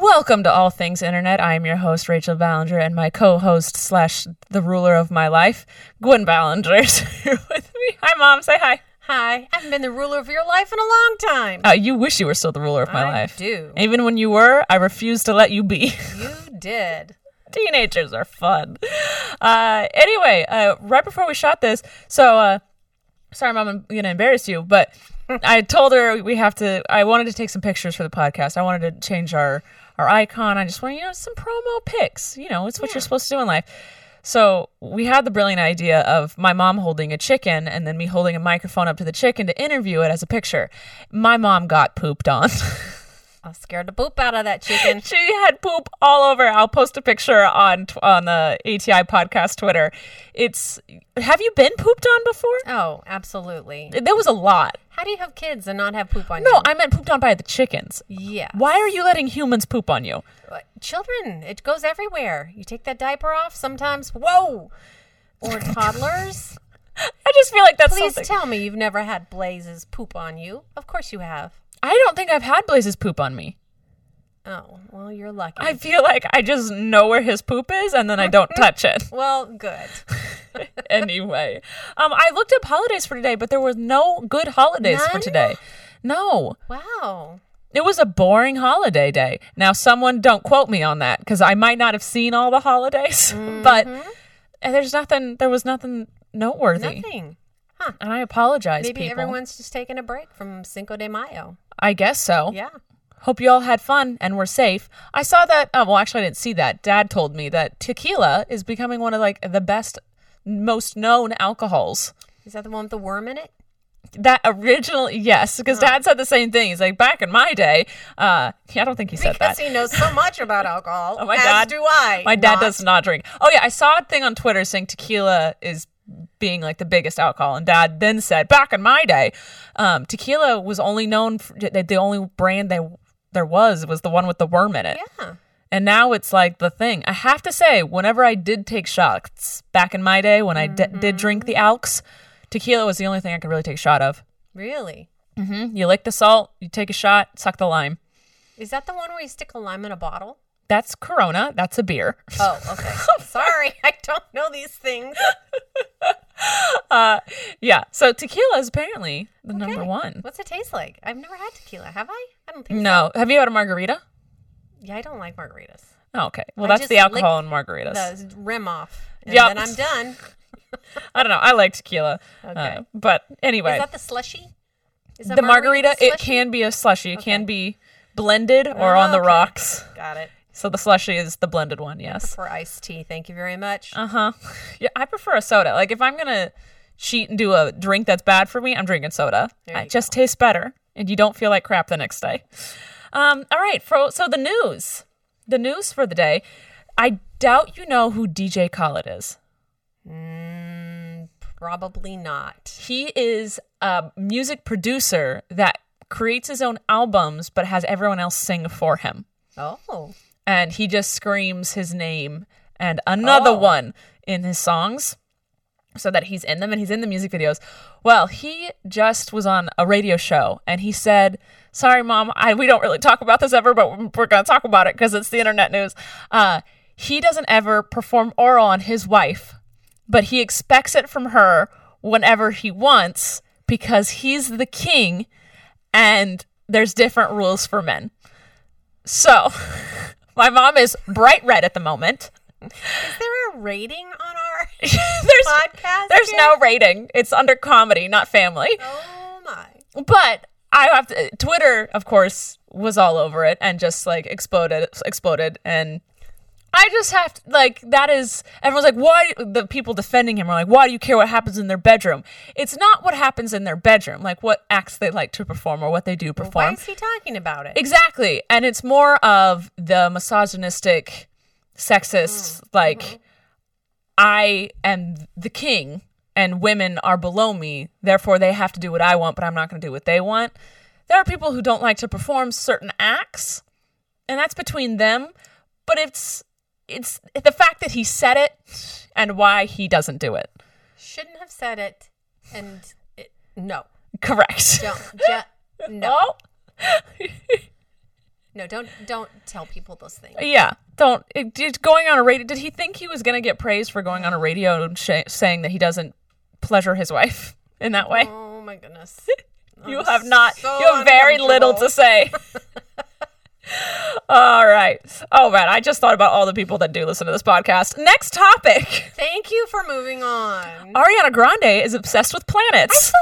Welcome to All Things Internet. I am your host, Rachel Ballinger, and my co-host slash the ruler of my life, Gwen Ballinger, is here with me. Hi, Mom. Say hi. Hi. I haven't been the ruler of your life in a long time. Uh, you wish you were still the ruler of my I life. do. Even when you were, I refuse to let you be. You did. Teenagers are fun. Uh, anyway, uh, right before we shot this, so uh, sorry, Mom, I'm going to embarrass you, but I told her we have to. I wanted to take some pictures for the podcast. I wanted to change our our icon. I just want you know some promo pics. You know, it's what you're supposed to do in life. So we had the brilliant idea of my mom holding a chicken and then me holding a microphone up to the chicken to interview it as a picture. My mom got pooped on. I scared the poop out of that chicken. she had poop all over. I'll post a picture on tw- on the ATI podcast Twitter. It's have you been pooped on before? Oh, absolutely. There was a lot. How do you have kids and not have poop on you? No, I meant pooped on by the chickens. Yeah. Why are you letting humans poop on you? What? Children, it goes everywhere. You take that diaper off sometimes. Whoa! Or toddlers. I just feel like that's Please something. tell me you've never had Blaze's poop on you. Of course you have. I don't think I've had Blaze's poop on me. Oh, well, you're lucky. I feel like I just know where his poop is and then I don't touch it. well, good. anyway, um, I looked up holidays for today, but there was no good holidays for None? today. No, Wow. it was a boring holiday day. Now, someone don't quote me on that because I might not have seen all the holidays, but uh, there's nothing. There was nothing noteworthy, Mm-hmm. Nothing. and I apologize. Maybe people. everyone's just taking a break from Cinco de Mayo. I guess so. Yeah. Hope you all had fun and were safe. I saw that. Oh, well, actually, I didn't see that. Dad told me that tequila is becoming one of like the best, most known alcohols. Is that the one with the worm in it? That original, yes, because Dad said the same thing. He's like, back in my day, uh, yeah, I don't think he said Because that. he knows so much about alcohol. Oh, my as dad, do I. My dad Not- does not drink. Oh yeah, I saw a thing on Twitter saying tequila is being like the biggest alcohol, and Dad then said, back in my day, um, tequila was only known for, the the only brand they there was was the one with the worm in it. Yeah. And now it's like the thing. I have to say, whenever I did take shots back in my day, when I d- did drink the Mm-hmm. Alks, tequila was the only thing I could really take a shot of. Really? hmm You lick the salt, you take a shot, suck the lime. Is that the one where you stick a lime in a bottle? That's Corona. That's a beer. Oh, okay. Sorry, I don't know these things. yeah. So tequila is apparently the number one. What's it taste like? I've never had tequila, have I? I don't think No. Have you had a margarita? so. Yeah, I don't like margaritas. Oh, okay. Well, I that's just the alcohol lick in margaritas. The rim off. And Yup. then I'm done. I don't know. I like tequila. Uh, Okay. but anyway, Is that the slushy? Is that the margarita, it slushy? Oh, can be a slushy. It can be blended or on the okay. rocks. Got it. So the slushy is the blended one, yes. For iced tea. Thank you very much. Uh huh. Yeah, I prefer a soda. Like if I'm gonna cheat and do a drink that's bad for me, I'm drinking soda. It just tastes better, and you don't feel like crap the next day. Um. All right. For, so the news, the news for the day. I doubt you know who DJ Khaled is. Probably not. He is a music producer that creates his own albums, but has everyone else sing for him. Oh. and he just screams his name and another Oh. one in his songs so that he's in them and he's in the music videos. Well, he just was on a radio show and he said, "Sorry mom, I we don't really talk about this ever, but we're going to talk about it cuz it's the internet news." Uh he doesn't ever perform oral on his wife, but he expects it from her whenever he wants because he's the king and there's different rules for men. So, my mom is bright red at the moment. Is there a rating on our there's podcast? there's here? no rating. It's under comedy, not family. Oh my. But I have to, Twitter, of course, was all over it and just like exploded, exploded, and I just have to like that is everyone's like why the people defending him are like why do you care what happens in their bedroom? It's not what happens in their bedroom, like what acts they like to perform or what they do perform. Why is he talking about it? Exactly. And it's more of the misogynistic sexist, like I am the king and women are below me, therefore they have to do what I want, but I'm not going to do what they want. There are people who don't like to perform certain acts, and that's between them, but it's it's the fact that he said it and why he doesn't do it. Shouldn't have said it. And it, no, Correct. don't. ju- no, Oh, no, don't, don't tell people those things. yeah. Don't it, did going on a radio. Did he think he was going to get praised for going on a radio and sh- saying that he doesn't pleasure his wife in that way? Oh my goodness. you Oh, I'm have not. so you have very little to say. all right. Oh man, I just thought about all the people that do listen to this podcast. Next topic: Thank you for moving on. Ariana Grande is obsessed with planets. I saw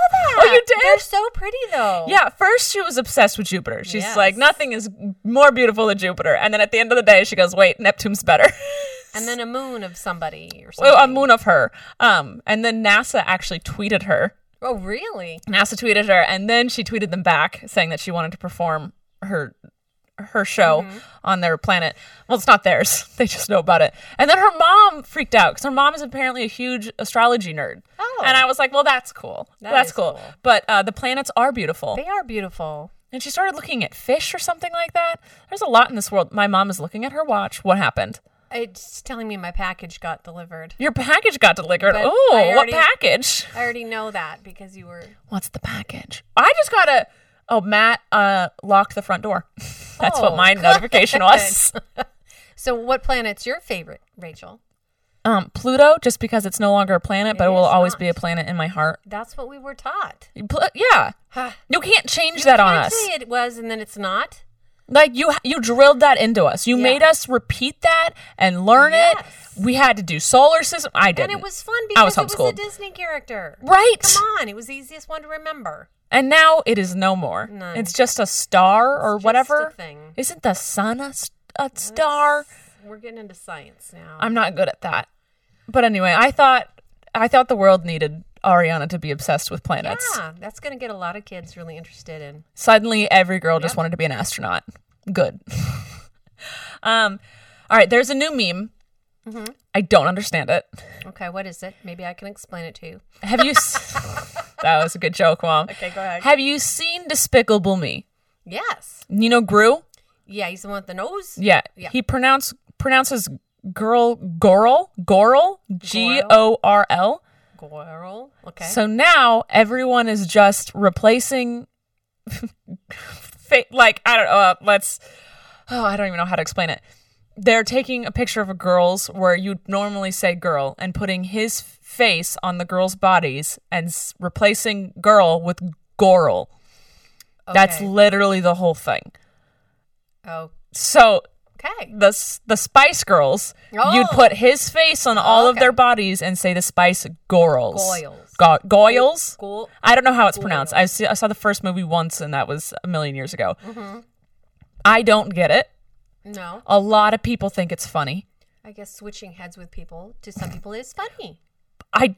that. Oh, you did. They're so pretty though. Yeah, first she was obsessed with Jupiter. She's Yes. like, nothing is more beautiful than Jupiter. And then at the end of the day, she goes, wait, Neptune's better. And then a moon of somebody or something. Oh, a moon of her. Um, and then NASA actually tweeted her. Oh, really? NASA tweeted her, and then she tweeted them back saying that she wanted to perform her her show Mm-hmm. on their planet. Well, it's not theirs; they just know about it. And then her mom freaked out because her mom is apparently a huge astrology nerd. Oh. and I was like, well, that's cool. That that's is cool. cool. But uh, the planets are beautiful. They are beautiful. and she started looking at fish or something like that. There's a lot in this world. My mom is looking at her watch. What happened? It's telling me my package got delivered. Your package got delivered. But Oh, I what already- package? I already know that because you were. What's the package? I just got a. Oh, Matt uh, locked the front door. That's what Oh, my notification was. So, what planet's your favorite, Rachel? Um, Pluto, just because it's no longer a planet, but it will is always not. be a planet in my heart. That's what we were taught. Pl- yeah, Ha. you can't change that on Can't us. say it was, and then it's not. Like you, you drilled that into us. You made us repeat that and learn Yes. it. We had to do solar system. I did, And it was fun I was because it was a homeschooled. Disney character. right. Come on, it was the easiest one to remember. And now it is no more. No. It's just a star or just whatever. a thing. Isn't the sun a, s- a star? We're getting into science now. I'm not good at that. But anyway, I thought I thought the world needed Ariana to be obsessed with planets. yeah, Ah, that's going to get a lot of kids really interested in. Suddenly every girl just wanted to be an astronaut. Good. um all right, there's a new meme. Mm-hmm. I don't understand it. Okay, what is it? Maybe I can explain it to you. Have you s- That was a good joke, mom. Okay, go ahead. Have you seen Despicable Me? Yes. Nino Grew? Yeah, he's the one with the nose. Yeah. Yeah. He pronounce pronounces girl Gorl Gorl G O R L. Girl. Okay. So now everyone is just replacing fa- like I don't know, uh, let's oh, I don't even know how to explain it. They're taking a picture of a girl's where you'd normally say girl and putting his face on the girl's bodies and s- replacing girl with Gorl. That's Okay. literally the whole thing. okay. So the s- the Spice Girls, you'd Oh. put his face on all of okay. their bodies and say the Spice Girls. Goyles. Go- Goyles. Go- I don't know how it's pronounced. I see, I saw the first movie once, and that was a million years ago. Mm-hmm. I don't get it. No. A lot of people think it's funny. I guess switching heads with people to some people is funny. I.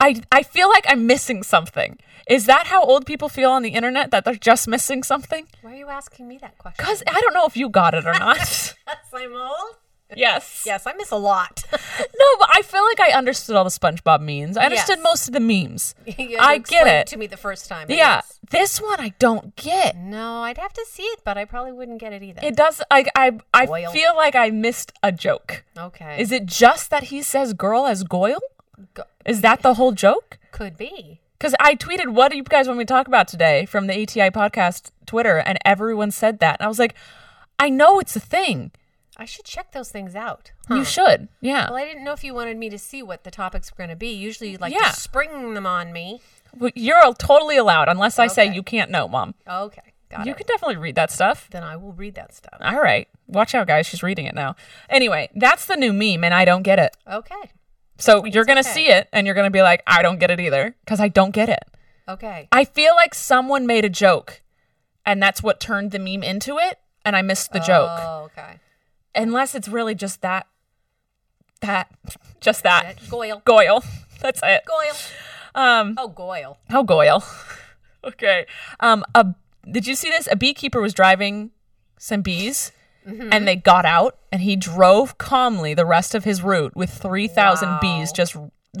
I, I feel like I'm missing something. Is that how old people feel on the internet that they're just missing something? Why are you asking me that question? Cuz I don't know if you got it or not. Yes, I'm old. yes. Yes, I miss a lot. No, but I feel like I understood all the SpongeBob memes. I understood Yes. most of the memes. You I get explained it. to me the first time. I Yeah, guess. this one I don't get. No, I'd have to see it, but I probably wouldn't get it either. It does. I I, I Goyle. feel like I missed a joke. okay. Is it just that he says "girl" as Goyle? Go- Is that the whole joke? could be. Because I tweeted, "What do you guys want me to talk about today?" from the ATI podcast Twitter, and everyone said that, and I was like, "I know it's a thing. I should check those things out. You should, yeah. Well, I didn't know if you wanted me to see what the topics were going to be. Usually, you like Yeah. to spring them on me. Well, You're all totally allowed, unless I say Okay. you can't know, mom. Okay, got You it. can Uh, definitely read that stuff." then I will read that stuff. All right. Watch out, guys. She's reading it now. Anyway, that's the new meme, and I don't get it. Okay, So you're going to okay. see it, and you're going to be like, I don't get it either, because I don't get it. okay, I feel like someone made a joke and that's what turned the meme into it and I missed the joke. Oh, okay. Unless it's really just that that just that That- Goyle, Goyle. That's it. Goyle. Um Oh, Goyle. oh Goyle. okay. Um a did you see this? A beekeeper was driving some bees Mm-hmm. and they got out and he drove calmly the rest of his route with 3000 bees Wow. just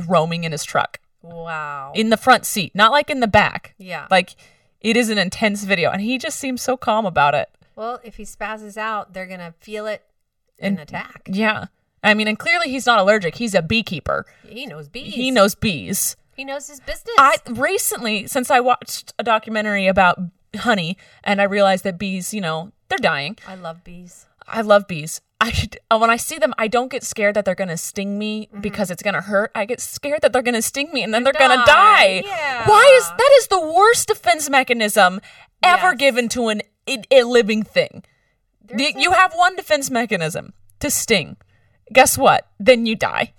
roaming in his truck Wow. in the front seat not like in the back Yeah. like it is an intense video and he just seems so calm about it well, if he spazzes out, they're gonna feel it And- and attack. yeah i mean and clearly he's not allergic he's a beekeeper He knows bees. he knows bees He knows his business. I recently, since I watched a documentary about honey, and I realized that bees, you know, they're dying. I love bees. I love bees. I should, uh, when I see them, I don't get scared that they're gonna sting me Mm-hmm. because it's gonna hurt. I get scared that they're gonna sting me and then they're gonna die. die, yeah. Why is that is the worst defense mechanism ever Yes. given to an a, a living thing? There's Y- a- you have one defense mechanism to sting. Guess what? Then you die.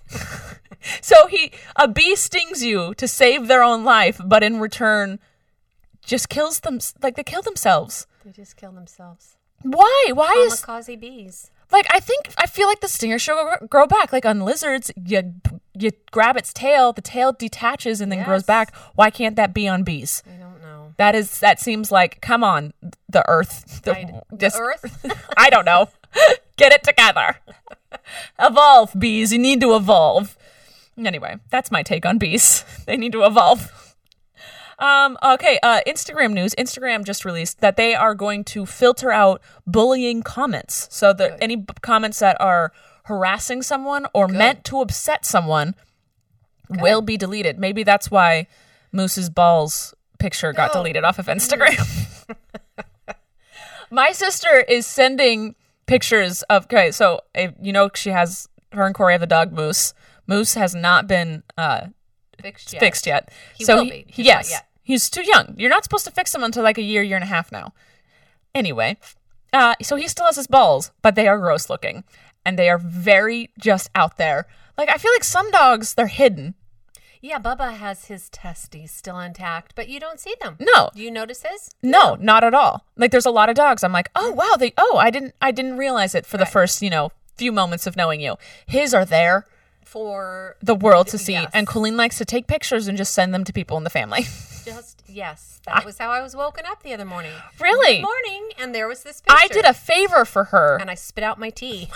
so he a bee stings you to save their own life, but in return just kills them like they kill themselves. They just kill themselves. Why? Why is Kamikaze bees. like I think I feel like the stinger should gr- grow back. Like on lizards, you you grab its tail, the tail detaches and then grows Yes. back. Why can't that be on bees? I don't know. That is that seems like come on the earth, the, I- the just- earth? I don't know. Get it together. evolve bees. You need to evolve. Anyway, that's my take on bees. They need to evolve. Um, okay, uh, Instagram news. Instagram just released that they are going to filter out bullying comments. So that any b- comments that are harassing someone or meant to upset someone will be deleted. Maybe that's why Moose's balls picture got No. deleted off of Instagram. My sister is sending pictures of. Okay, so if, you know she has her and Corey have the dog Moose. Moose has not been uh, Fixed fixed yet. He so will he- be, he- just not yes, yet. he's too young. You're not supposed to fix him until like a year, year and a half now. Anyway, uh, so he still has his balls, but they are gross looking, and they are very just out there. Like I feel like some dogs they're hidden. Yeah, Bubba has his testes still intact, but you don't see them. No, Do you notice his? No, not at all. Like there's a lot of dogs. I'm like, Mm. oh wow, they oh I didn't I didn't realize it for the first you know few moments of knowing you. His are there For the world to see, Yes. and Colleen likes to take pictures and just send them to people in the family. just yes, that was how I was woken up the other morning. really, Good morning, and there was this picture. I did a favor for her. and I spit out my tea.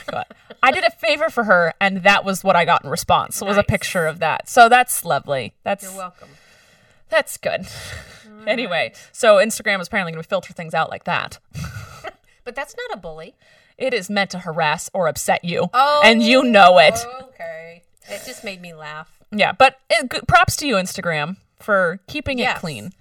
I did a favor for her, and that was what I got in response. Was a Nice. picture of that. So that's lovely. That's You're welcome. that's good. anyway, so Instagram is apparently going to filter things out like that. But that's not a bully. It is meant to harass or upset you, Oh, and you know it. Okay. It just made me laugh. Yeah, but uh, g- props to you, Instagram, for keeping it Yes. clean.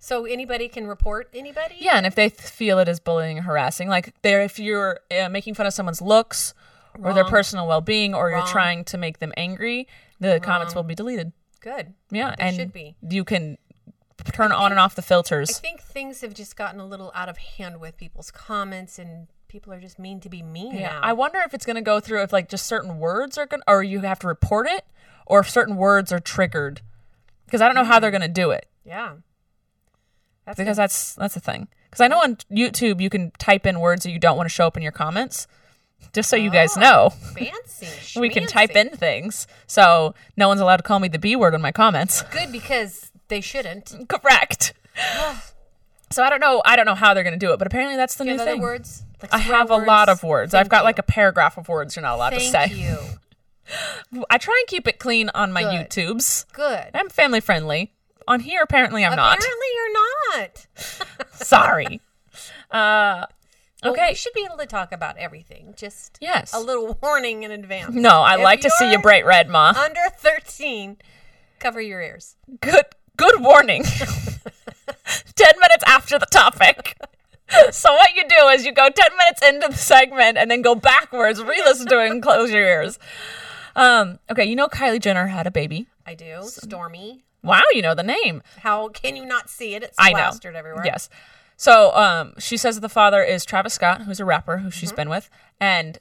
So anybody can report anybody? Yeah, and if they th- feel it is bullying, or harassing, like there, if you're uh, making fun of someone's looks or their personal well-being, or you're trying to make them angry, the comments will be deleted. Good. Yeah, They and should be. you can turn on and off the I filters. think things have just gotten a little out of hand with people's comments, and people are just mean to be mean yeah, now. I wonder if it's going to go through if like just certain words are going, or you have to report it, or if certain words are triggered. Because I don't know how Hmm. they're going to do it. yeah. That's because that's that's the thing. Because I know on YouTube you can type in words that you don't want to show up in your comments, just so you guys Oh, know. fancy. We can type schmancy. in things, so no one's allowed to call me the B word on my comments. Good because they shouldn't. Correct. so I don't know. I don't know how they're going to do it, but apparently that's the Do you new have other thing. words? Like I swear have a lot of words. I've Thank got you. like a paragraph of words you're not allowed to Thank say. you. I try and keep it clean on my Good. YouTubes. Good. I'm family friendly. On here, apparently, I'm not. Apparently, you're not. Sorry. Uh, Well, okay. we should be able to talk about everything. Just yes. a little warning in advance. No, I If like to see you you're bright red, Ma. Under 13, cover your ears. good good warning. 10 minutes after the topic. So what you do is you go 10 minutes into the segment and then go backwards, re-listen to it and close your ears. Um, okay, you know Kylie Jenner had a baby. I do. Stormy. Wow, you know the name. How can you not see it? It's I know. plastered everywhere. Yes. So um, she says that the father is Travis Scott, who's a rapper who Mm-hmm. she's been with, and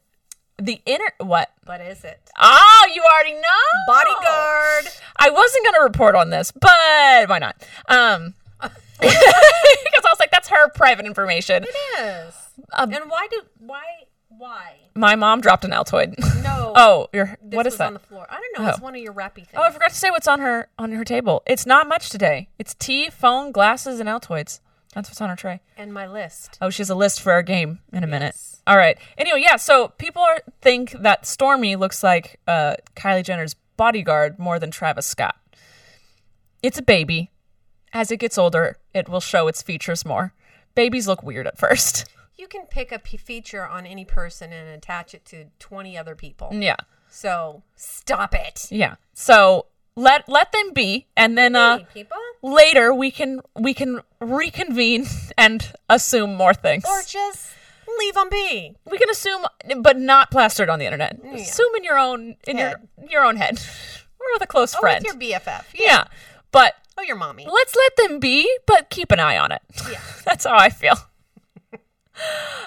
the inner what? But is it? Oh, you already know. Bodyguard. I wasn't gonna report on this, but why not? Um, because I was like, that's her private information. Yes. Um, and why do why why? My mom dropped an Altoid. No. oh, your This what was is that? on the floor. I don't know. It's Oh. one of your rappy things. oh, I forgot to say what's on her on her table. It's not much today. It's tea, phone, glasses, and Altoids. That's what's on her tray. and my list. Oh, she has a list for our game in a minute. All right. Anyway, yeah. So people are, think that Stormy looks like uh, Kylie Jenner's bodyguard more than Travis Scott. It's a baby. As it gets older, it will show its features more. Babies look weird at first. You can pick a p- feature on any person and attach it to 20 other people. Yeah. So stop it. Yeah. So let let them be, and then uh, Hey, people. later we can we can reconvene and assume more things. Or just leave them be. we can assume, but not plastered on the internet. Assume in your own in Head. your your own head, or with a close Oh, friend. with your BFF. Yeah. yeah, but Oh, your mommy. let's let them be, but keep an eye on it. Yeah, that's how I feel.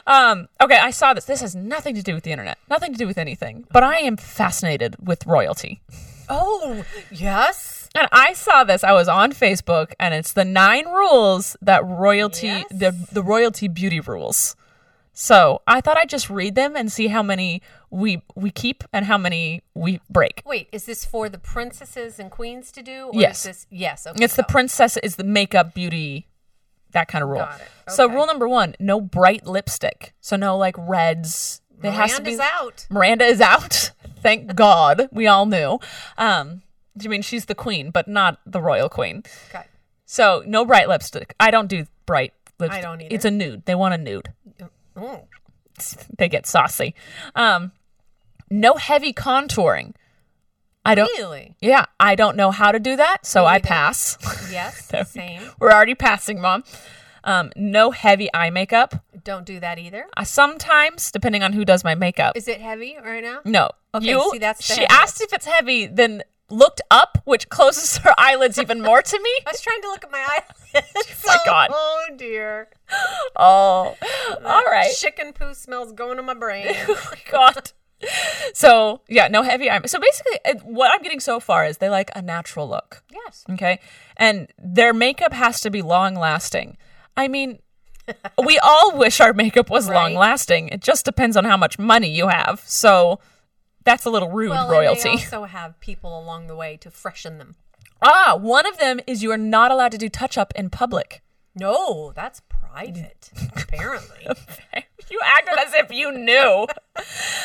um. Okay, I saw this. This has nothing to do with the internet. Nothing to do with anything. But I am fascinated with royalty. Oh, yes. And I saw this. I was on Facebook, and it's the nine rules that royalty Yes. the the royalty beauty rules. So I thought I'd just read them and see how many we we keep and how many we break. Wait, is this for the princesses and queens to do? Or Yes. Is this, yes. Okay. It's the princess is the makeup beauty, that kind of rule. Got it. So Okay. rule number one: no bright lipstick. So no like reds. They has to be Miranda's out. Miranda is out. Thank God. We all knew. Um, I mean, she's the queen, but not the royal queen. Okay. So no bright lipstick. I don't do bright lipstick. don't either. It's a nude. They want a nude. Mm. They get saucy. Um, no heavy contouring. I don't. Really? Yeah, I don't know how to do that, so I pass. Yes. same. We're already passing, mom. Um, no heavy eye makeup. Don't do that either. I sometimes, depending on who does my makeup, Is it heavy right now? no. Okay, you, see, that's the she heavy. asked if it's heavy, then looked up, which closes her eyelids even more to me. I was trying to look at my eyelids. my God. Oh, dear. Oh, all right. Chicken poo smells going to my brain. oh my god. So yeah, no heavy eye. So basically, it- what I'm getting so far is they like a natural look. yes. Okay, and their makeup has to be long lasting. I mean, we all wish our makeup was long lasting. It just depends on how much money you have. So that's a little rude, Well, and royalty. they also have people along the way to freshen them. ah, one of them is you are not allowed to do touch up in public. No, that's private, apparently. you acted as if you knew.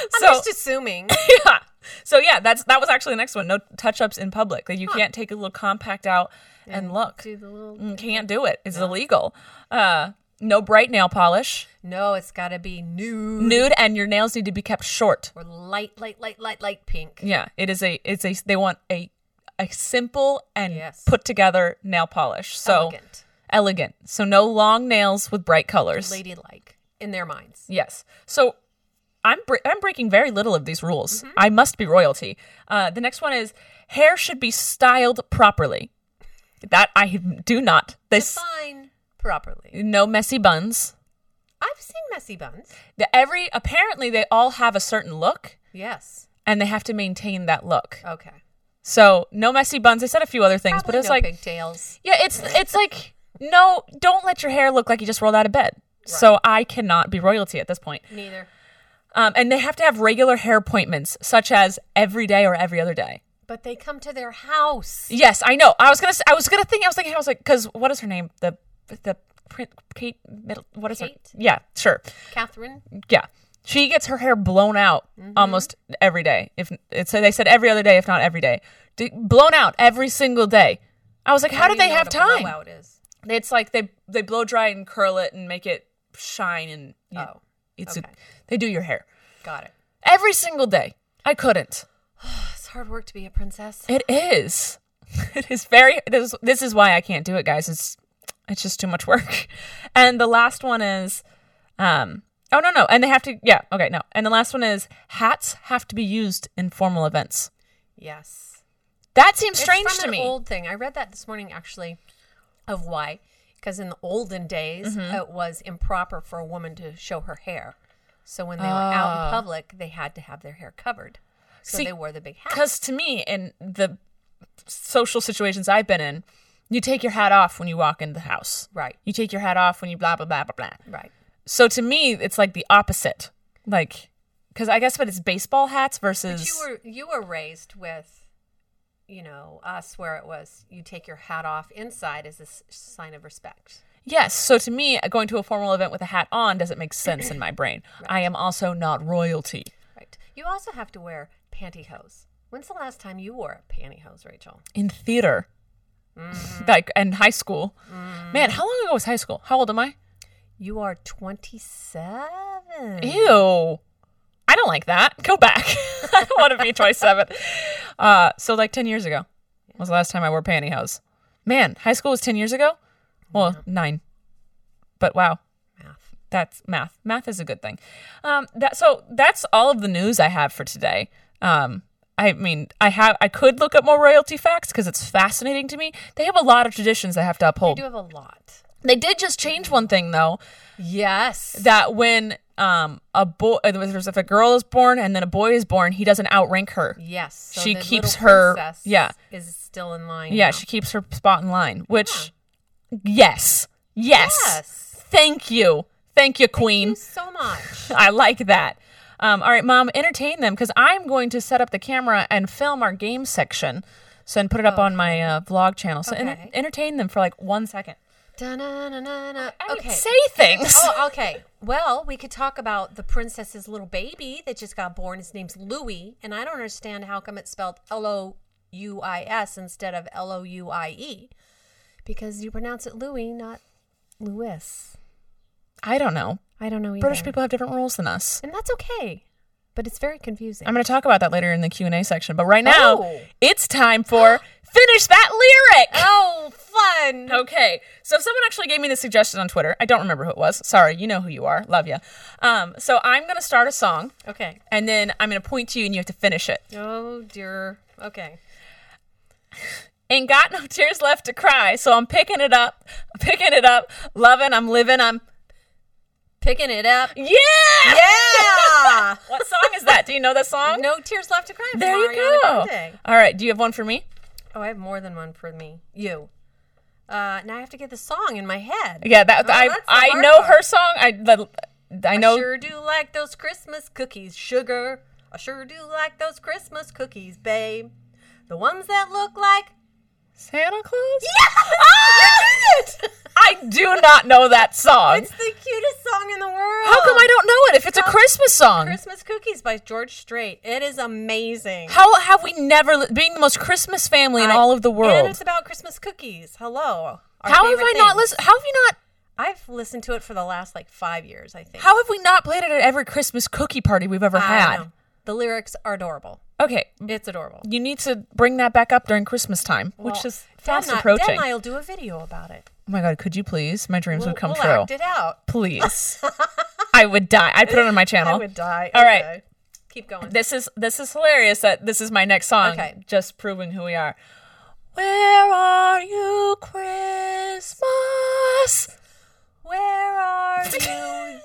so, I'm just assuming. yeah. So yeah, that's that was actually the next one. No touch ups in public. Like you can't take a little compact out and, look. Do the little- Mm, Can't do it. It's illegal. Uh, no bright nail polish. No, it's got to be nude. Nude and your nails need to be kept short. Or light, light, light, light, light pink. Yeah, it is a it's a they want a a simple and Yes. put together nail polish. So Elegant. elegant. So no long nails with bright colors. Ladylike in their minds. Yes. So I'm bre- I'm breaking very little of these rules. Mm-hmm. I must be royalty. Uh, the next one is hair should be styled properly. That I do not. This Fine properly. no messy buns. I've seen messy buns. The, every apparently they all have a certain look Yes. and they have to maintain that look. Okay. So no messy buns. I said a few other things, but Probably it's no like pigtails. yeah, it's it's like no, don't let your hair look like you just rolled out of bed. So I cannot be royalty at this point. Neither. Um, and they have to have regular hair appointments, such as every day or every other day. But they come to their house. Yes, I know. I was gonna. s- I was gonna think. I was thinking. I was like, because what is her name? The the print Kate Middle. What is Kate? her? Yeah, sure. Catherine. Yeah, she gets her hair blown out Mm-hmm. almost every day. If it's they said every other day, if not every day, D- blown out every single day. I was like, how do you they know have what a time? blowout is. It's like they they blow dry and curl it and make it shine and you- Oh, it's a, okay. they do your hair Got it. every single day. I couldn't. It's hard work to be a princess. It is. It is very. This this is why I can't do it, guys. It's it's just too much work. And the last one is, um. Oh no no. And they have to. Yeah. Okay. No. And the last one is hats have to be used in formal events. Yes. That seems strange it's from to an me. Old thing. I read that this morning actually, of why, because in the olden days Mm-hmm. it was improper for a woman to show her hair. So when they were out in public, they had to have their hair covered. So Ah. See, they wore the big hat. Because to me, in the social situations I've been in, you take your hat off when you walk into the house. Right. You take your hat off when you blah blah blah blah blah. Right. So to me, it's like the opposite. Like, because I guess, but it's baseball hats versus. But you were you were raised with, you know, us where it was you take your hat off inside as a s- sign of respect. Yes. So to me, going to a formal event with a hat on doesn't make sense in my brain. I am also not royalty. Right. You also have to wear pantyhose. When's the last time you wore pantyhose, Rachel? In theater, like in high school. Man, how long ago was high school? How old am I? You are 27. Ew. I don't like that. Go back. I don't want to be 27. Uh, so, like 10 years ago was the last time I wore pantyhose. Man, high school was 10 years ago? Well, nine. But wow, Math. that's math. Math is a good thing. Um, that so that's all of the news I have for today. Um, I mean, I have I could look up more royalty facts because it's fascinating to me. They have a lot of traditions they have to You uphold. do have a lot. They did just change one thing though Yes. that when um a boy if a girl is born and then a boy is born, he doesn't outrank her. yes. So she the little keeps her- princess yeah. Is still in line. Yeah, now. she keeps her spot in line. Which, yes, yes, Yes. Thank you, thank you, Queen. Thank you so much. I like that. Um, all right, Mom, entertain them because I'm going to set up the camera and film our game section. So and put it up on my uh, vlog channel. So enter- Oh. Okay. entertain them for like one second. Da-na-na-na-na. I Okay. Say things. Oh, okay. Well, we could talk about the princess's little baby that just got born. His name's Louis, and I don't understand how come it's spelled L O U I S instead of L O U I E, because you pronounce it Louis, not Louis. I don't know. I don't know either. British people have different rules than us. and that's okay, but it's very confusing. I'm going to talk about that later in the Q and A section. But right now, Oh. it's time for finish that lyric. oh, fun! Okay, so someone actually gave me the suggestion on Twitter. I don't remember who it was. Sorry, you know who you are. Love you. Um, so I'm gonna start a song, Okay. and then I'm gonna point to you, and you have to finish it. Oh dear. Okay. Ain't got no tears left to cry, so I'm picking it up, picking it up, loving. I'm living. I'm Picking it up. yeah. Yeah. what song is that? Do you know that song? no tears left to cry. from There you Ariana go. Grande. All right. Do you have one for me? Oh, I have more than one for me. You. Uh, now I have to get the song in my head. Yeah. That Oh, I that's the I hard know part. her song. I the, I know. I sure do like those Christmas cookies, sugar. I sure do like those Christmas cookies, babe. The ones that look like. Santa Claus. Ah! Yes! You did it! I do not know that song. It's the cutest song in the world. How come I don't know it if it's a Christmas song? Christmas Cookies by George Strait. It is amazing. How have we never li- being the most Christmas family in all of the And it's world? about Christmas cookies. Hello. Our How have favorite I not thing. listened? How have you not? I've listened to it for the last like five years, I think. How have we not played it at every Christmas cookie party we've ever I had? don't know. The lyrics are adorable. Okay, It's adorable. you need to bring that back up during Christmas time, which Well, is Dad fast and I- Dad approaching. and I will do a video about it. oh my god, could you please? My dreams would come we'll true. act it out. Please, I would die. I'd put it on my channel. I would die. All right. Okay. Keep going. This is this is hilarious that this is my next song. Okay. Just proving who we are. Where are you, Christmas? Where are you?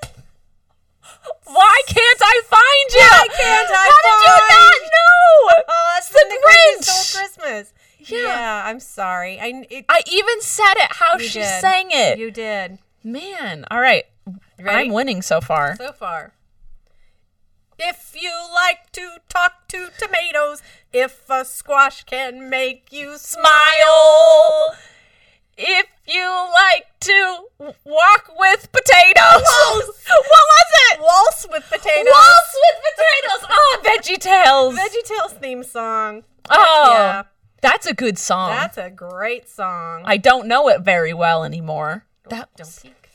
Why can't I find you? Why can't I How did you not find- know? oh, it's the been the greatest Grinch. whole Christmas. Yeah. I'm sorry. I it, I even said it how you she did. sang it. You did Man, all right. ready? I'm winning so far. so far. If you like to talk to tomatoes, if a squash can make you smile. Smile. If you like to w- walk with potatoes. what was it? Waltz with potatoes. Waltz with potatoes. Oh, Veggie Tales. VeggieTales theme song. oh, Yeah. that's a good song. That's a great song. I don't know it very well anymore. That Don't peek.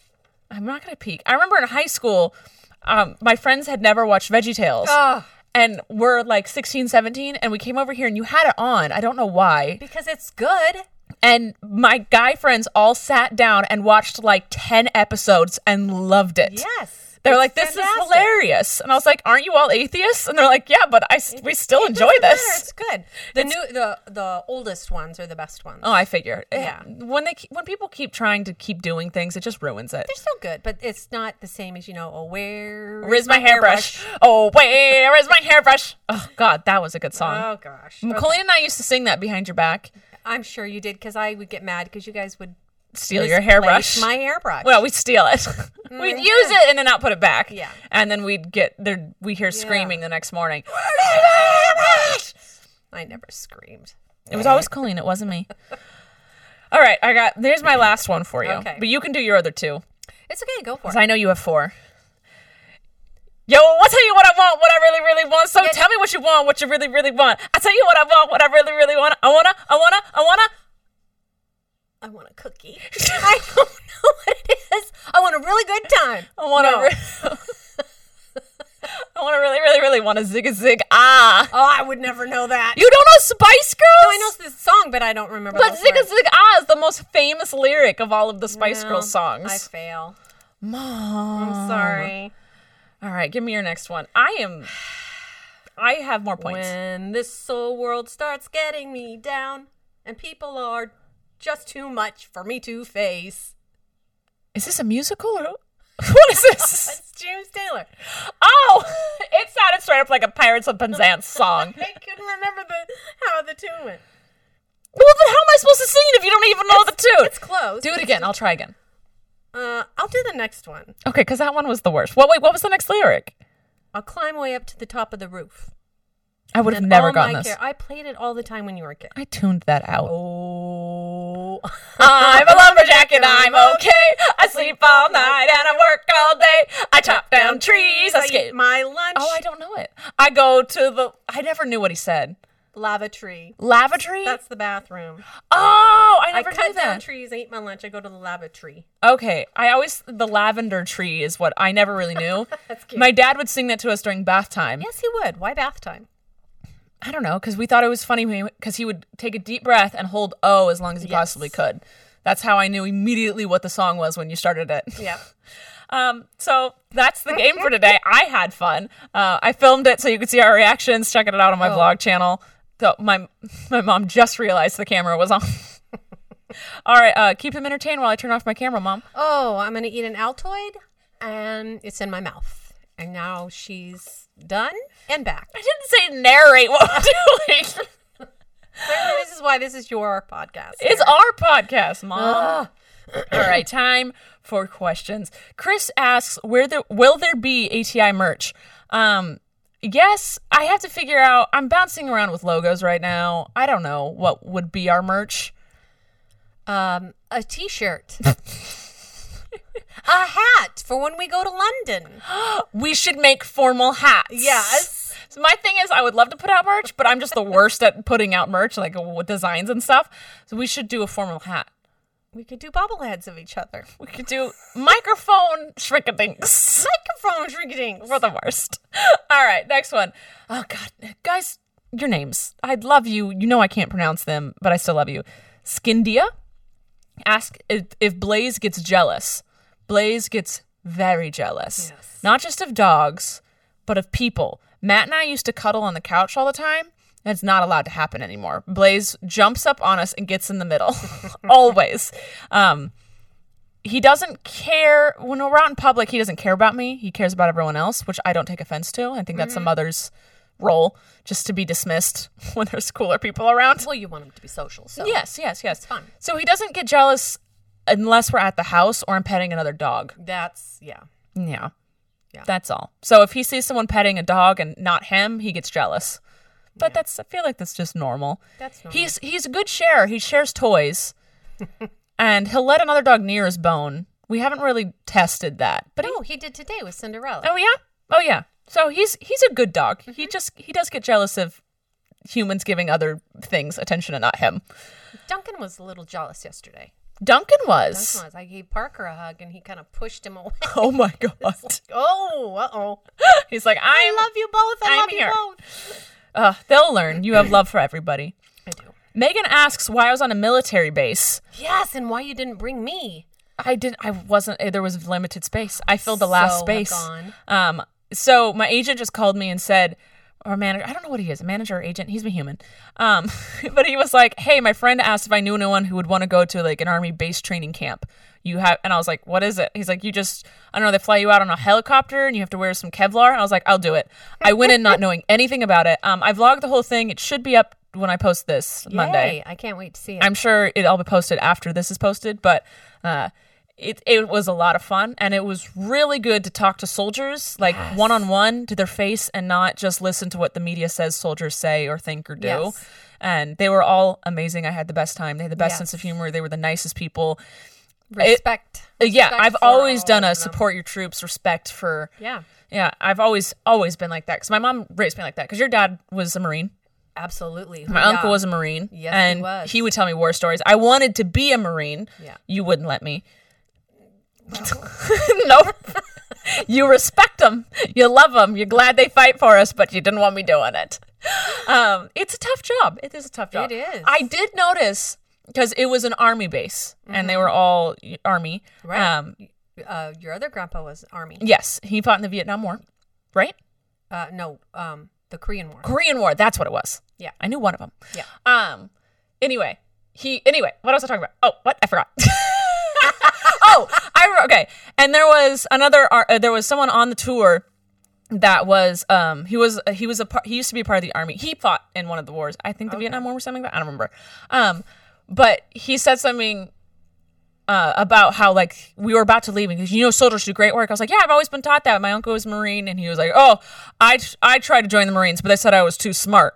I'm not gonna peek. I remember in high school, um, my friends had never watched VeggieTales. Ah. And we're like 16, 17, and we came over here and you had it on. I don't know why. Because it's good. And my guy friends all sat down and watched like 10 episodes and loved it. Yes. They're It's like, this is fantastic. hilarious. And I was like, aren't you all atheists? And they're like, yeah, but I, s- we still enjoy Doesn't matter, this. It's good. The new, the the oldest ones are the best ones. Oh, I figure. Eh, Yeah. When they ke- when people keep trying to keep doing things, it just ruins it. They're still good, but it's not the same as you know. Oh, where Where's my hairbrush? Oh, where is my hairbrush? Oh, God, that was a good song. Oh gosh, Well, Colleen and I used to sing that behind your back, I'm sure you did because I would get mad because you guys would steal your misplace hairbrush. My hairbrush. well, we'd steal it. we'd use it and then not put it back. Mm-hmm. Yeah. And then we'd get there. We hear screaming the next morning. I never screamed. It was always Colleen. It wasn't me. All right, I got. There's my last one for you. Okay. But you can do your other two. It's okay, go for 'Cause it. I know you have four. Yo, I'll tell you what I want, what I really, really want. So tell me what you want, what you really, really want. I tell you what I want, what I really, really want. I wanna, I wanna, I wanna. I want a cookie. I don't know what it is. I want a really good time. I wanna. No. re- I wanna really, really, really want to zig a zig. Ah, Oh, I would never know that. you don't know Spice Girls? No, I know this song, but I don't remember. But those zig a words. zig ah is the most famous lyric of all of the Spice No, Girls I songs. Um, fail. Mom. I'm sorry. All right, give me your next one. I am. I have more points. When this soul world starts getting me down, and people are just too much for me to face. Is this a musical or what is this? That's James Taylor. oh, it sounded straight up like a Pirates of Penzance song. I couldn't remember the how the tune went. Well, then how am I supposed to sing it if you don't even know the tune? It's close. Do it again. I'll try again. Uh, I'll do the next one. Okay, because that one was the worst. Well, wait, what was the next lyric? I'll climb way up to the top of the roof. I would have And never all gotten my this. care- I played it all the time when you were a kid. I tuned that out. Oh. I'm a lumberjack and I'm okay. I sleep all night and I work all day. I chop down trees. I I skate. eat my lunch. Oh, I don't know it. I go to the. I never knew what he said. lava tree. Lavatory. That's the bathroom. Oh, I I never knew cut down that. trees, I eat my lunch, I go to the lava tree. Okay, I always the lavender tree is what I never really knew. That's cute. My dad would sing that to us during bath time. yes, he would. Why bath time? I don't know because we thought it was funny because he would take a deep breath and hold O as long as he Yes. possibly could. That's how I knew immediately what the song was when you started it. Yeah. Um, so that's the game for today. I had fun. Uh, I filmed it so you could see our reactions. Checking it out on my vlog channel. So my my mom just realized the camera was on. All right, uh, keep them entertained while I turn off my camera, mom. Oh, I'm gonna eat an Altoid, and it's in my mouth. And now she's done and back. I didn't say narrate what we're doing. Clearly, this is why this is your podcast. It's our podcast, Mom. All right, time for questions. Chris asks, "Where there will there be ATI merch?" Um, yes, I have to figure out. I'm bouncing around with logos right now. I don't know what would be our merch. um, a T-shirt, a hat for when we go to London. We should make formal hats. Yes. So my thing is, I would love to put out merch, but I'm just the worst at putting out merch, like uh, with designs and stuff. So we should do a formal hat. We could do bobbleheads of each other. We could do microphone shrinkadinks. Microphone shrinking. We're the worst. All right, next one. Oh God, guys, your names. I love you. You know I can't pronounce them, but I still love you. Skindia. Ask if, if Blaze gets jealous. Blaze gets very jealous. Yes. Not just of dogs, but of people. Matt and I used to cuddle on the couch all the time. and It's not allowed to happen anymore. Blaze jumps up on us and gets in the middle, always. Um, he doesn't care when we're out in public he doesn't care about me he cares about everyone else which i don't take offense to i think that's a mother's role just to be dismissed when there's cooler people around Well, you want them to be social, so yes yes yes fine. so he doesn't get jealous unless we're at the house or i'm petting another dog that's yeah. yeah Yeah. that's all so if he sees someone petting a dog and not him he gets jealous but that's i feel like that's just normal That's normal. he's he's a good sharer he shares toys and he'll let another dog near his bone we haven't really tested that but he No, oh, he did today with Cinderella. Oh yeah. Oh yeah. So he's he's a good dog. Mm-hmm. He just he does get jealous of humans giving other things attention and not him. Duncan was a little jealous yesterday. Duncan Duncan was. was. I gave Parker a hug, and he kind of pushed him away. Oh my god. oh, uh oh. He's like I I'm. love you both. I I'm love here. you both. Uh, they'll learn. You have love for everybody. I do. Megan asks why I was on a military base. Yes, and why you didn't bring me? I didn't. I wasn't. eh, There was limited space. I filled the last So space. gone. Um. So my agent just called me and said, or manager. I don't know what he is. A manager or agent. He's a human. Um. but he was like, "Hey, my friend asked if I knew anyone who would want to go to like an army base training camp. You have." And I was like, "What is it?" He's like, "You just. I don't know. They fly you out on a helicopter and you have to wear some Kevlar." And I was like, "I'll do it." I went in not knowing anything about it. Um. I vlogged the whole thing. It should be up when I post this Monday. Yay, I can't wait to see it. I'm sure it'll be posted after this is posted, but uh, it, it was a lot of fun and it was really good to talk to soldiers like one on one to their face and not just listen to what the media says soldiers say or think or do Yes. and they were all amazing i had the best time they had the best sense of Yes. humor they were the nicest people Respect. Uh, yeah Respect i've for always all done of a them. support your troops respect for Yeah, yeah i've always always been like that because my mom raised me like that because your dad was a marine absolutely. my Yeah. uncle was a Marine. Yes, he and was. would tell me war stories. I wanted to be a Marine. Yeah. You wouldn't let me. nope. you respect them. You love them. You're glad they fight for us, but you didn't want me doing it. Um, it's a tough job. It is a tough job. It is. I did notice because it was an army base and they were all army. Mm-hmm. Right. Um, Uh, your other grandpa was army. yes, he fought in the Vietnam War, right? Uh, no, um, the Korean War. Korean War. That's what it was. Yeah. I knew one of them. Yeah. Um. Anyway, he. Anyway, what was I talking about? Oh, what I forgot. oh, I re- okay. And there was another. ar- Uh, there was someone on the tour that was. Um. He was. He was a. Par- he used to be part of the army. He fought in one of the wars. I think the Vietnam War or something like that. I don't remember. Um. But he said something. Uh, about how like we were about to leave and because you know soldiers do great work. I was like, yeah, I've always been taught that. My uncle was a marine, and he was like, oh, I I tried to join the Marines, but they said I was too smart,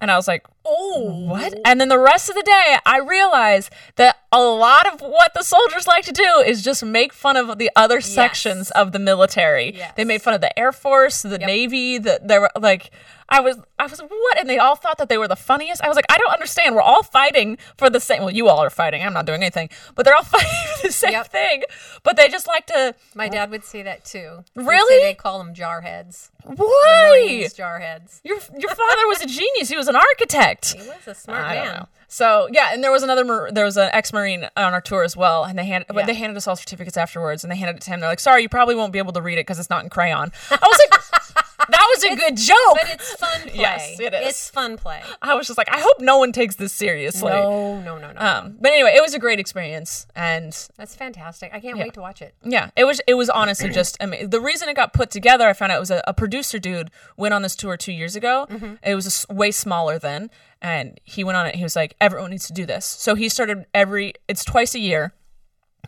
and I was like, Oh, what? And then the rest of the day, I realized that a lot of what the soldiers like to do is just make fun of the other sections of the military. Yes. They made fun of the Air Force, the Navy. The, they were like, I was, I was like, what? And they all thought that they were the funniest. I was like, I don't understand. We're all fighting for the same. Well, you all are fighting. I'm not doing anything, but they're all fighting for the same Yep. thing. But they just like to. my dad would say that too. He'd say Really? They call them jarheads. Why? Marines jarheads. Your your father was a genius. He was an architect. He was a smart I man. don't know. So yeah, and there was another mar- there was an ex marine on our tour as well, and they handed well, they handed us all certificates afterwards, and they handed it to him. They're like, "Sorry, you probably won't be able to read it because it's not in crayon." I was like, "That was a good joke." But it's fun play. Yes, it is. It's fun play. I was just like, "I hope no one takes this seriously." No, no, no, no. Um, but anyway, it was a great experience, and That's fantastic. I can't wait to watch it. yeah, it was it was honestly just amazing. The reason it got put together, I found out it was a, a producer dude went on this tour two years ago. It was a s way smaller then, and he went on it. He was like, everyone needs to do this. So he started every. It's twice a year.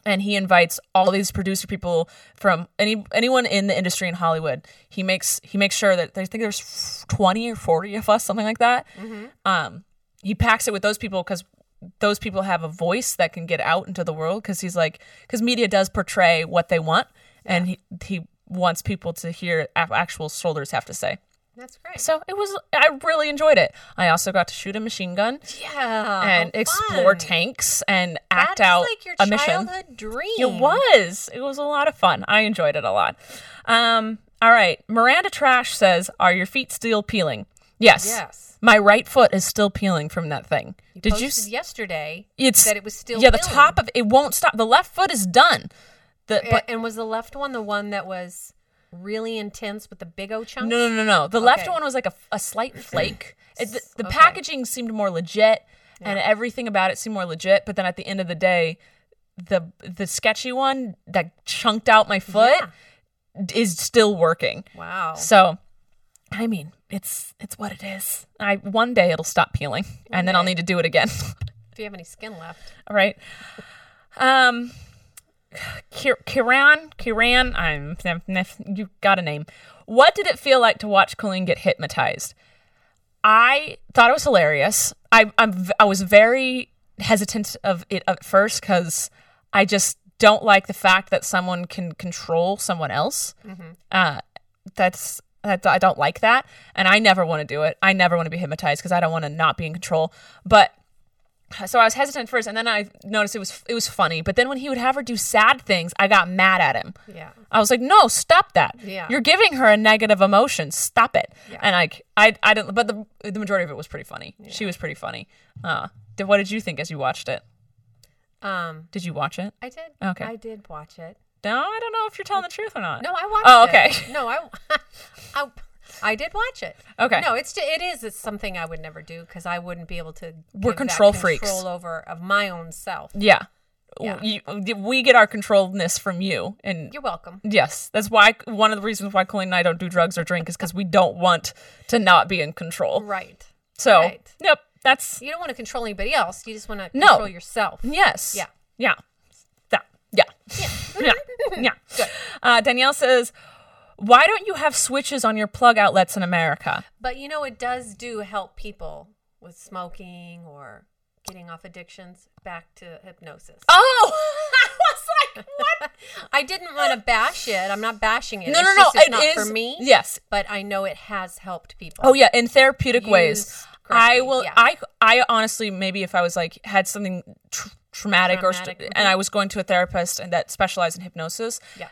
and he invites all these producer people from any anyone in the industry in Hollywood. He makes he makes sure that I think there's twenty or forty of us, something like that. Um, he packs it with those people because those people have a voice that can get out into the world. Because he's like, because media does portray what they want, and he he wants people to hear a- actual soldiers have to say. That's great. So it was I really enjoyed it. I also got to shoot a machine gun yeah. and how explore Oh, fun. tanks and act That's out like your a mission. childhood dream. It was. It was a lot of fun. I enjoyed it a lot. Um, all right. Miranda Trash says, "Are your feet still peeling?" Yes. Yes. My right foot is still peeling from that thing. Did you? Posted s- yesterday It's that it was still yeah. The peeling. top of it won't stop. The left foot is done. The A- but and was the left one the one that was really intense with the big O chunks? no no no no. The left Okay. one was like a, f- a slight flake. It, the the Okay. packaging seemed more legit, and everything about it seemed more legit. But then at the end of the day, the the sketchy one that chunked out my foot d- is still working. Wow. So, I mean, it's it's what it is. I one day it'll stop peeling, and then I'll need to do it again. If you have any skin left, All right. Um, Ki- Kiran, Kiran, I'm nef- nef- you got a name. What did it feel like to watch Colleen get hypnotized? I thought it was hilarious. I I'm, v- I was very hesitant of it at first because I just don't like the fact that someone can control someone else. Uh, that's that I don't like that, and I never want to do it. I never want to be hypnotized because I don't want to not be in control. But so I was hesitant first, and then I noticed it was it was funny. But then when he would have her do sad things, I got mad at him. yeah. I was like, "No, stop that! Yeah. You're giving her a negative emotion. Stop it!" And I, I, I didn't. But the the majority of it was pretty funny. She was pretty funny. Uh, did, what did you think as you watched it? Um, Did you watch it? I did. Okay. I did watch it. No, I don't know if you're telling the truth or not. No, I watched. Oh, It. okay. No, I, I, I did watch it. Okay. No, it's ju- it is. It's something I would never do because I wouldn't be able to. We're give that control freaks. Control over of my own self. Yeah. Yeah. You, we get our controlledness from you, and You're welcome. Yes, that's why one of the reasons why Colleen and I don't do drugs or drink is because we don't want to not be in control. Right. So, Right. yep, that's You don't want to control anybody else. You just want to No. control yourself. yes, Yeah. yeah, that, yeah. yeah. yeah. Uh, Danielle says, why don't you have switches on your plug outlets in America? But you know, it does do help people with smoking or getting off addictions back to hypnosis. Oh, I was like, what? I didn't want to bash it. I'm not bashing it. No, It's no, no. just it's it not for is- me. Yes. But I know it has helped people. Oh yeah, in therapeutic ways. Used I correctly, will. yeah. I. I honestly, maybe if I was like had something tr- traumatic, or st- Traumatic, and mhm. I was going to a therapist and that specialized in hypnosis. Yeah.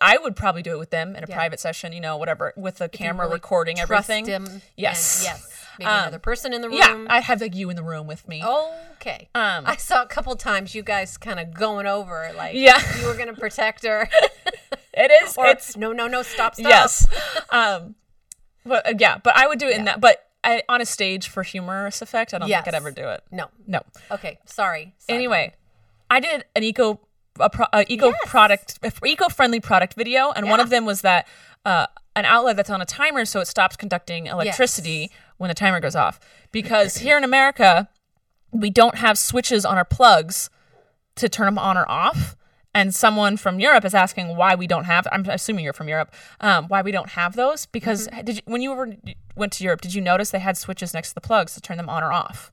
I would probably do it with them in a Yeah. private session, you know, whatever, with the You camera really recording trust everything. him and- yes. Um, yes. Maybe another person in the room. Yeah. I'd have like you in the room with me. Oh. Okay. Um, I saw a couple times you guys kind of going over like Yeah. you were going to protect her. It is. or it's no, no, no, stop, stop. yes. um, but uh, yeah, but I would do it in that. But I, on a stage for humorous effect, I don't Yes. think I'd ever do it. No. No. Okay. Sorry. Sorry. Anyway, I did an eco a pro, a eco product eco friendly product video, and one of them was that uh, an outlet that's on a timer, so it stops conducting electricity when the timer goes off. Because here in America, we don't have switches on our plugs to turn them on or off. And someone from Europe is asking why we don't have. I'm assuming you're from Europe. Um, why we don't have those? Because did you, when you were, went to Europe, did you notice they had switches next to the plugs to turn them on or off?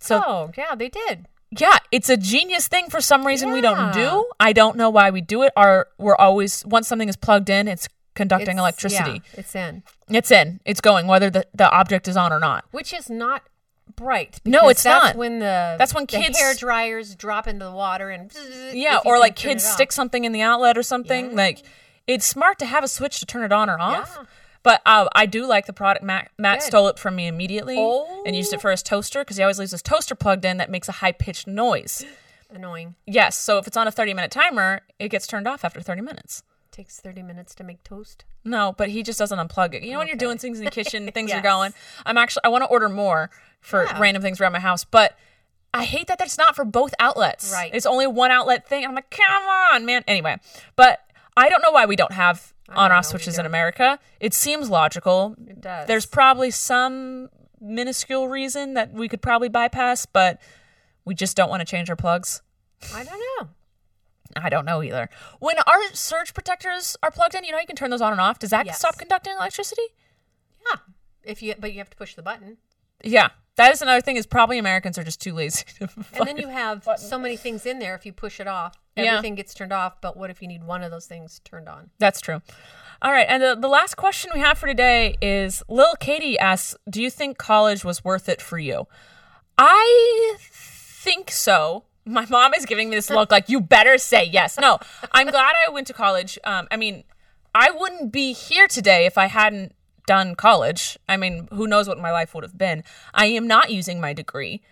So Oh, yeah, they did. yeah, it's a genius thing for some reason we don't Yeah. do. I don't know why we do it. Our we're always once something is plugged in, it's conducting It's- electricity. yeah, it's in. It's in. It's going whether the, the object is on or not. Which is not bright. No, because it's that's not. When the That's when the kids- hair dryers drop into the water and if Yeah, you or can like turn kids it off. stick something in the outlet or something. Like it's smart to have a switch to turn it on or off. Yeah. But uh, I do like the product. Matt, Matt Good. stole it from me immediately and used Oh. it for his toaster because he always leaves his toaster plugged in that makes a high pitched noise. Annoying. Yes, so if it's on a 30 minute timer, it gets turned off after 30 minutes. Takes thirty minutes to make toast. No, but he just doesn't unplug it. You know, when you're doing things in the kitchen, things are Yes. going. I'm actually, I want to order more for Yeah. random things around my house, but I hate that that's not for both outlets. Right. It's only one outlet thing. I'm like, come on, man. Anyway, but I don't know why we don't have on don't off know switches in either. America. It seems logical. It does. There's probably some minuscule reason that we could probably bypass, but we just don't want to change our plugs. I don't know. I don't know either. When our surge protectors are plugged in, you know, you can turn those on and off. Does that Yes. stop conducting electricity? Yeah. If you but you have to push the button. Yeah, that is another thing. Is probably Americans are just too lazy. To And then you have so many things in there if you push it off. Yeah. Everything gets turned off, but what if you need one of those things turned on? That's true. All right, and the, the last question we have for today is: Lil Katie asks, "Do you think college was worth it for you?" I think so. My mom is giving me this look like you better say yes. No, I'm glad I went to college. Um, I mean, I wouldn't be here today if I hadn't done college. I mean, who knows what my life would have been? I am not using my degree.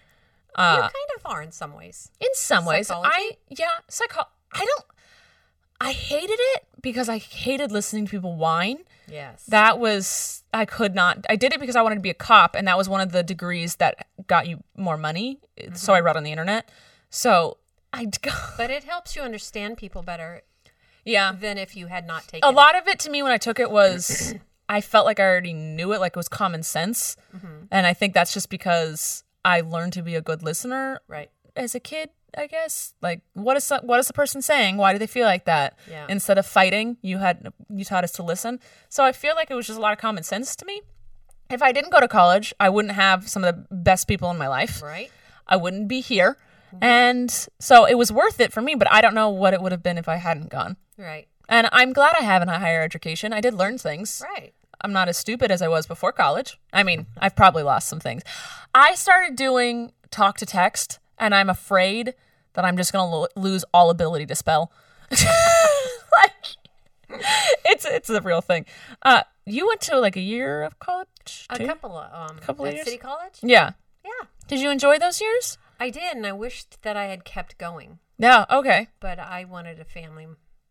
Uh. you kind of are in some ways. In some ways, I Psychology? yeah, psycho. I don't. I hated it because I hated listening to people whine. Yes. That was I could not. I did it because I wanted to be a cop, and that was one of the degrees that got you more money. So I read on the internet. So I but it helps you understand people better yeah. than if you had not taken A it. lot of it to me when I took it was I felt like I already knew it, like it was common sense, and I think that's just because I learned to be a good listener Right. as a kid, I guess. Like, what is what is the person saying? Why do they feel like that? Yeah. Instead of fighting, you had you taught us to listen. So I feel like it was just a lot of common sense to me. If I didn't go to college, I wouldn't have some of the best people in my life. Right. Mm-hmm. I wouldn't be here. And so it was worth it for me, but I don't know what it would have been if I hadn't gone. Right. And I'm glad I have in a higher education. I did learn things. Right. I'm not as stupid as I was before college. I mean, I've probably lost some things. I started doing talk to text, and I'm afraid that I'm just going to lo- lose all ability to spell. like, it's it's a real thing. Uh, you went to like a year of college, A too? couple of um Couple of at years? City College? Yeah. Yeah. Did you enjoy those years? I did and I wished that I had kept going, No. Okay. but I wanted a family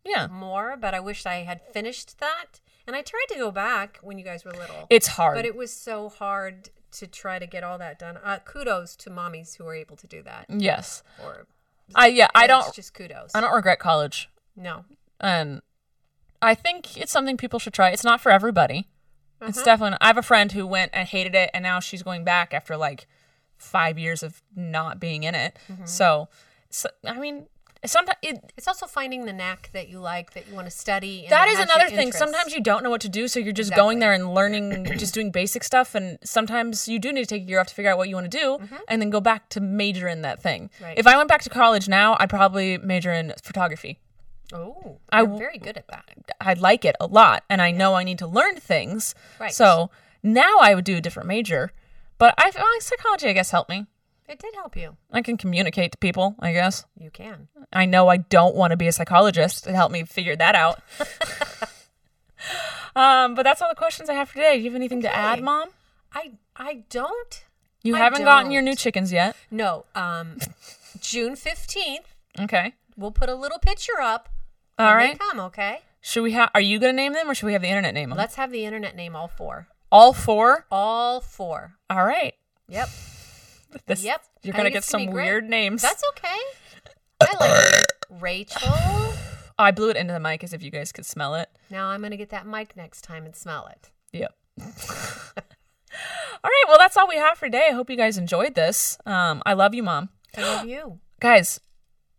Yeah. more, but I wished I had finished that. And I tried to go back when you guys were little. It's hard. But it was so hard to try to get all that done. Uh, kudos to mommies who are able to do that. yes. Or I Uh, yeah. I don't. it's just kudos. I don't regret college, no. and I think it's something people should try. It's not for everybody. It's Mm-hmm. definitely. Not. I have a friend who went and hated it, and now she's going back Mm-hmm. after like five years of not being in it. So, so I mean, Sometimes it, It's also finding the knack that you like, that you want to study. And that is has another your thing. interests. Sometimes you don't know what to do, so you're just going there and learning, just doing basic stuff. And sometimes you do need to take a year off to figure out what you want to do, and then go back to major in that thing. Mm-hmm. Right. If I went back to college now, I'd probably major in photography. Oh, I I'm w- very good at that. I like it a lot, and I know I need to learn things. Right. So now I would do a different major, but I well, psychology, I guess, helped me. It did help you. I can communicate to people, I guess. You can. I know I don't want to be a psychologist. It helped me figure that out. um, but that's all the questions I have for today. Do you have anything to add, Okay. Mom? I I don't. You I haven't gotten your don't. new chickens yet. No. Um, June fifteenth. Okay. We'll put a little picture up. All when they right. Come. Okay. Should we have? Are you gonna name them, or should we have the internet name them? Let's have the internet name all four. all four. All four. All right. Yep. This, Yep. You're I gonna think get it's gonna some be great. weird names. That's okay. I like it. Rachel. I blew it into the mic as if you guys could smell it. Now I'm gonna get that mic next time and smell it. Yep. all right. Well, that's all we have for today. I hope you guys enjoyed this. Um, I love you, Mom. I love you. Guys,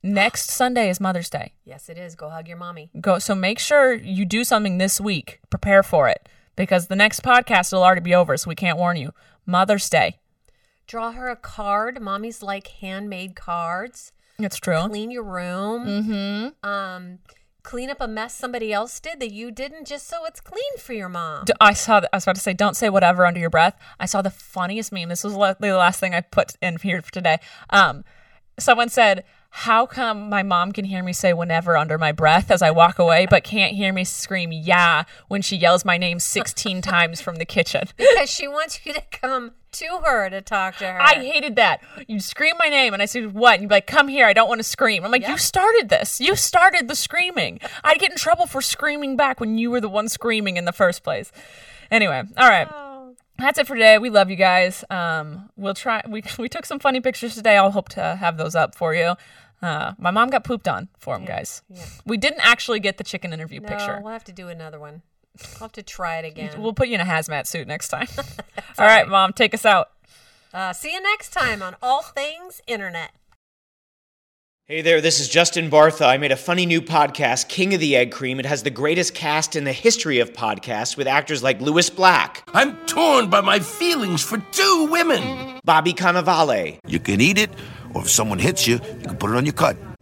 next Sunday is Mother's Day. Yes, it is. Go hug your mommy. go so make sure you do something this week prepare for it because the next podcast will already be over so we can't warn you mother's day Draw her a card. Mommy's like handmade cards. it's true Clean your room. Mm-hmm. Um, clean up a mess somebody else did that you didn't, just so it's clean for your mom. D- I saw. th- I was about to say, "Don't say whatever under your breath." I saw the funniest meme. This was li- the last thing I put in here for today. Um, someone said, "How come my mom can hear me say whenever under my breath as I walk away, but can't hear me scream yeah when she yells my name sixteen times from the kitchen?" because she wants you to come to her to talk to her. I hated that. You scream my name, and I said, "What?" And you'd be like, "Come here! I don't want to scream." I'm like, "You started this. You started the screaming. I'd get in trouble for screaming back when you were the one screaming in the first place." Anyway, all right, Oh, that's it for today. We love you guys. Um, we'll try. We we took some funny pictures today. I'll hope to have those up for you. Uh, my mom got pooped on for them, guys. We didn't actually get the chicken interview no, picture. we'll have to do another one. I'll have to try it again. We'll put you in a hazmat suit next time. all right, mom, take us out. Uh, see you next time on All Things Internet. Hey there, this is Justin Bartha. I made a funny new podcast, King of the Egg Cream. It has the greatest cast in the history of podcasts with actors like Louis Black, I'm torn by my feelings for two women. Bobby Cannavale, You can eat it, or if someone hits you, you can put it on your cut.